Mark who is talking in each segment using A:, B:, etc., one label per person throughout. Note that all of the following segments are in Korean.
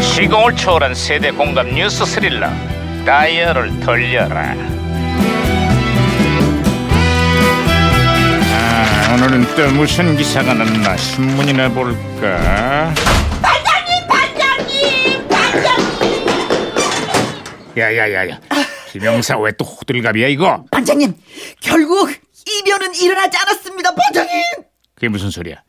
A: 시공을 초월한 세대 공감 뉴스 스릴러 다이얼을 돌려라 아, 오늘은 또 무슨 기사가 났나 신문이나 볼까 야야야야 김영사 왜 또 호들갑이야 이거
B: 반장님 결국 이변은 일어나지 않았습니다 반장님
A: 그게 무슨 소리야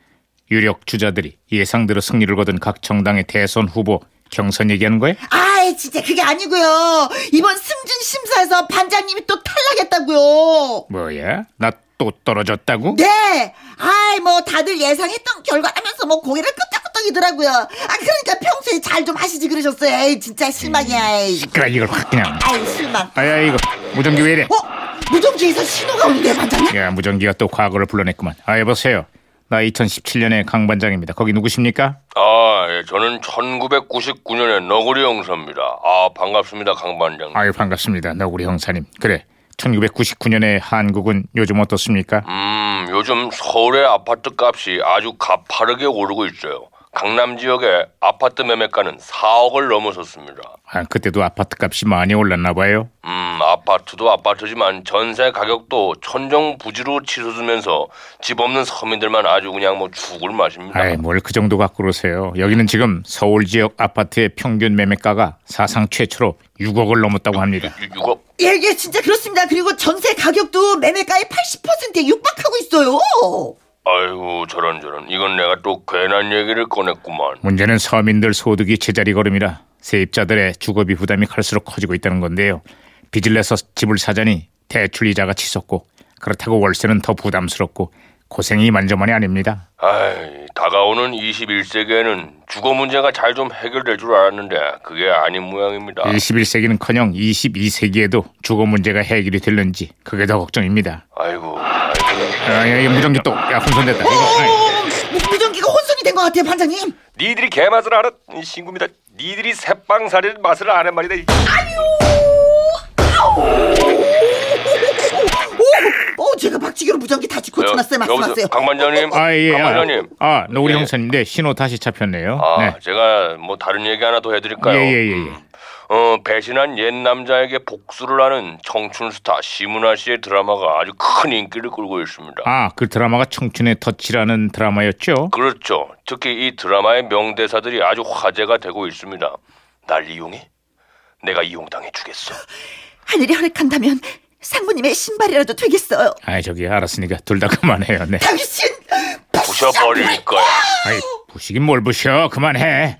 A: 유력 주자들이 예상대로 승리를 거둔 각 정당의 대선 후보 경선 얘기하는 거야?
B: 아이 진짜 그게 아니고요 이번 승진 심사에서 반장님이 또 탈락했다고요
A: 뭐야? 나 또 떨어졌다고?
B: 네 아이 뭐 다들 예상했던 결과 하면서 뭐 고개를 끄덕끄덕이더라고요 아 그러니까 평소에 잘 좀 하시지 그러셨어요 에이 진짜 실망이야 에이
A: 그래 이걸 확 그냥
B: 아이 실망
A: 아야 이거 무전기 왜 이래?
B: 어? 무전기에서 신호가 오는데 반장님
A: 야 무전기가 또 과거를 불러냈구만 아 여보세요 나 2017년의 강 반장입니다 거기 누구십니까?
C: 아, 예, 저는 1999년의 너구리 형사입니다. 아, 반갑습니다, 강반장.
A: 아유 반갑습니다 너구리 형사님 그래 1999년의 한국은 요즘 어떻습니까?
C: 음, 요즘 서울의 아파트 값이 아주 가파르게 오르고 있어요. 강남 지역의 아파트 매매가는 4억을 넘어섰습니다.
A: 아 그때도 아파트 값이 많이 올랐나 봐요
C: 음, 아파트도 아파트지만 전세 가격도 천정부지로 치솟으면서 집 없는 서민들만 아주 그냥 뭐 죽을 맛입니다.
A: 아이 뭘 그 정도 갖고 그러세요 여기는 지금 서울 지역 아파트의 평균 매매가가 사상 최초로 6억을 넘었다고 합니다
C: 유- 유거
B: 예, 예, 진짜 그렇습니다. 그리고 전세 가격도 매매가의 80%에 육박하고 있어요.
C: 아이고, 저런 저런. 이건 내가 또 괜한 얘기를 꺼냈구만.
A: 문제는 서민들 소득이 제자리 걸음이라 세입자들의 주거비 부담이 갈수록 커지고 있다는 건데요. 빚을 내서 집을 사자니 대출 이자가 치솟고 그렇다고 월세는 더 부담스럽고 고생이 만저만이 아닙니다.
C: 아이, 다가오는 21세기에는 주거 문제가 잘 좀 해결될 줄 알았는데 그게 아닌 모양입니다.
A: 21세기는커녕 22세기에도 주거 문제가 해결이 될는지 그게 더 걱정입니다.
C: 아이고,
A: 아, 야, 이 무전기 또 야, 혼선됐다. 이거, 아이.
B: 무, 전기가 혼선이 된 것 같아요, 반장님.
C: 니들이 개맛을 알아? 이 친구입니다. 니들이 새빵살이 맛을 아는 말이다. 이-
A: 어,
B: 오, 오, 제가 박치기로 무전기 다시 고쳐놨어요,
C: 여- 여보세요?
B: 말씀하세요.
C: 강반장님,
A: 아, 예, 아,
C: 강반장님.
A: 아, 노우리
C: 예.
A: 형사님, 네, 신호 다시 잡혔네요.
C: 아,
A: 네.
C: 제가 뭐 다른 얘기 하나 더 해드릴까요?
A: 예, 예, 예, 예.
C: 어, 배신한 옛 남자에게 복수를 하는 청춘 스타 심은하 씨의 드라마가 아주 큰 인기를 끌고 있습니다.
A: 아, 그 드라마가 청춘의 터치라는 드라마였죠?
C: 그렇죠. 특히 이 드라마의 명대사들이 아주 화제가 되고 있습니다. 날 이용해? 내가 이용당해 주겠어.
B: 하늘이 허락한다면 상무님의 신발이라도 되겠어요.
A: 아이 저기 알았으니까 둘 다 그만해요. 네.
B: 당신
C: 부셔버릴 거야.
A: 아이 부시긴 뭘 부셔. 그만해.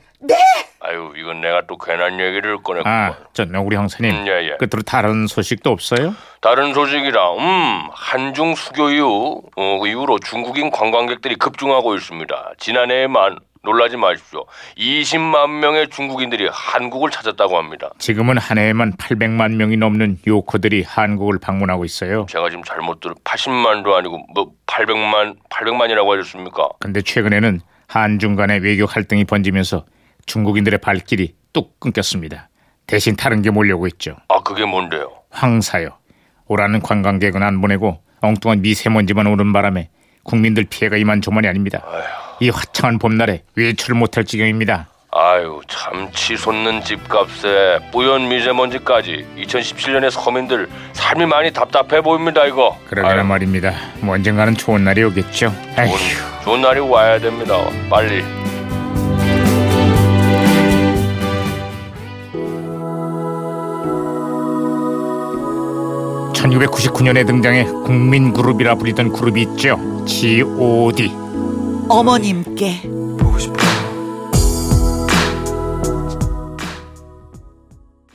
C: 아유, 이건 내가 또 괜한 얘기를 꺼냈고.
A: 아, 저 우리 형사님.
C: 음, 예, 예.
A: 끝으로 다른 소식도 없어요?
C: 다른 소식이라, 음, 한중 수교 이후, 어, 그 이후로 중국인 관광객들이 급증하고 있습니다. 지난해에만 놀라지 마십시오. 20만 명의 중국인들이 한국을 찾았다고 합니다.
A: 지금은 한 해에만 800만 명이 넘는 요커들이 한국을 방문하고 있어요.
C: 제가 지금 잘못 들 80만도 아니고 뭐 800만 800만이라고 하셨습니까?
A: 근데 최근에는 한중 간의 외교 갈등이 번지면서 중국인들의 발길이 뚝 끊겼습니다. 대신 다른 게 몰려오고 있죠.
C: 아, 그게 뭔데요?
A: 황사요. 오라는 관광객은 안 보내고 엉뚱한 미세먼지만 오는 바람에 국민들 피해가 이만저만이 아닙니다. 이 화창한 봄날에 외출을 못할 지경입니다.
C: 아유 참 치솟는 집값에 뿌연 미세먼지까지 2017년에 서민들 삶이 많이 답답해 보입니다 이거
A: 그러게나
C: 아유,
A: 말입니다. 뭐 언젠가는 좋은 날이 오겠죠. 에휴.
C: 좋은, 좋은 날이 와야 됩니다 빨리
A: 천 1999년에 등장해 국민그룹이라 불리던 그룹이 있죠. G.O.D.
B: 어머님께
D: 보고 싶다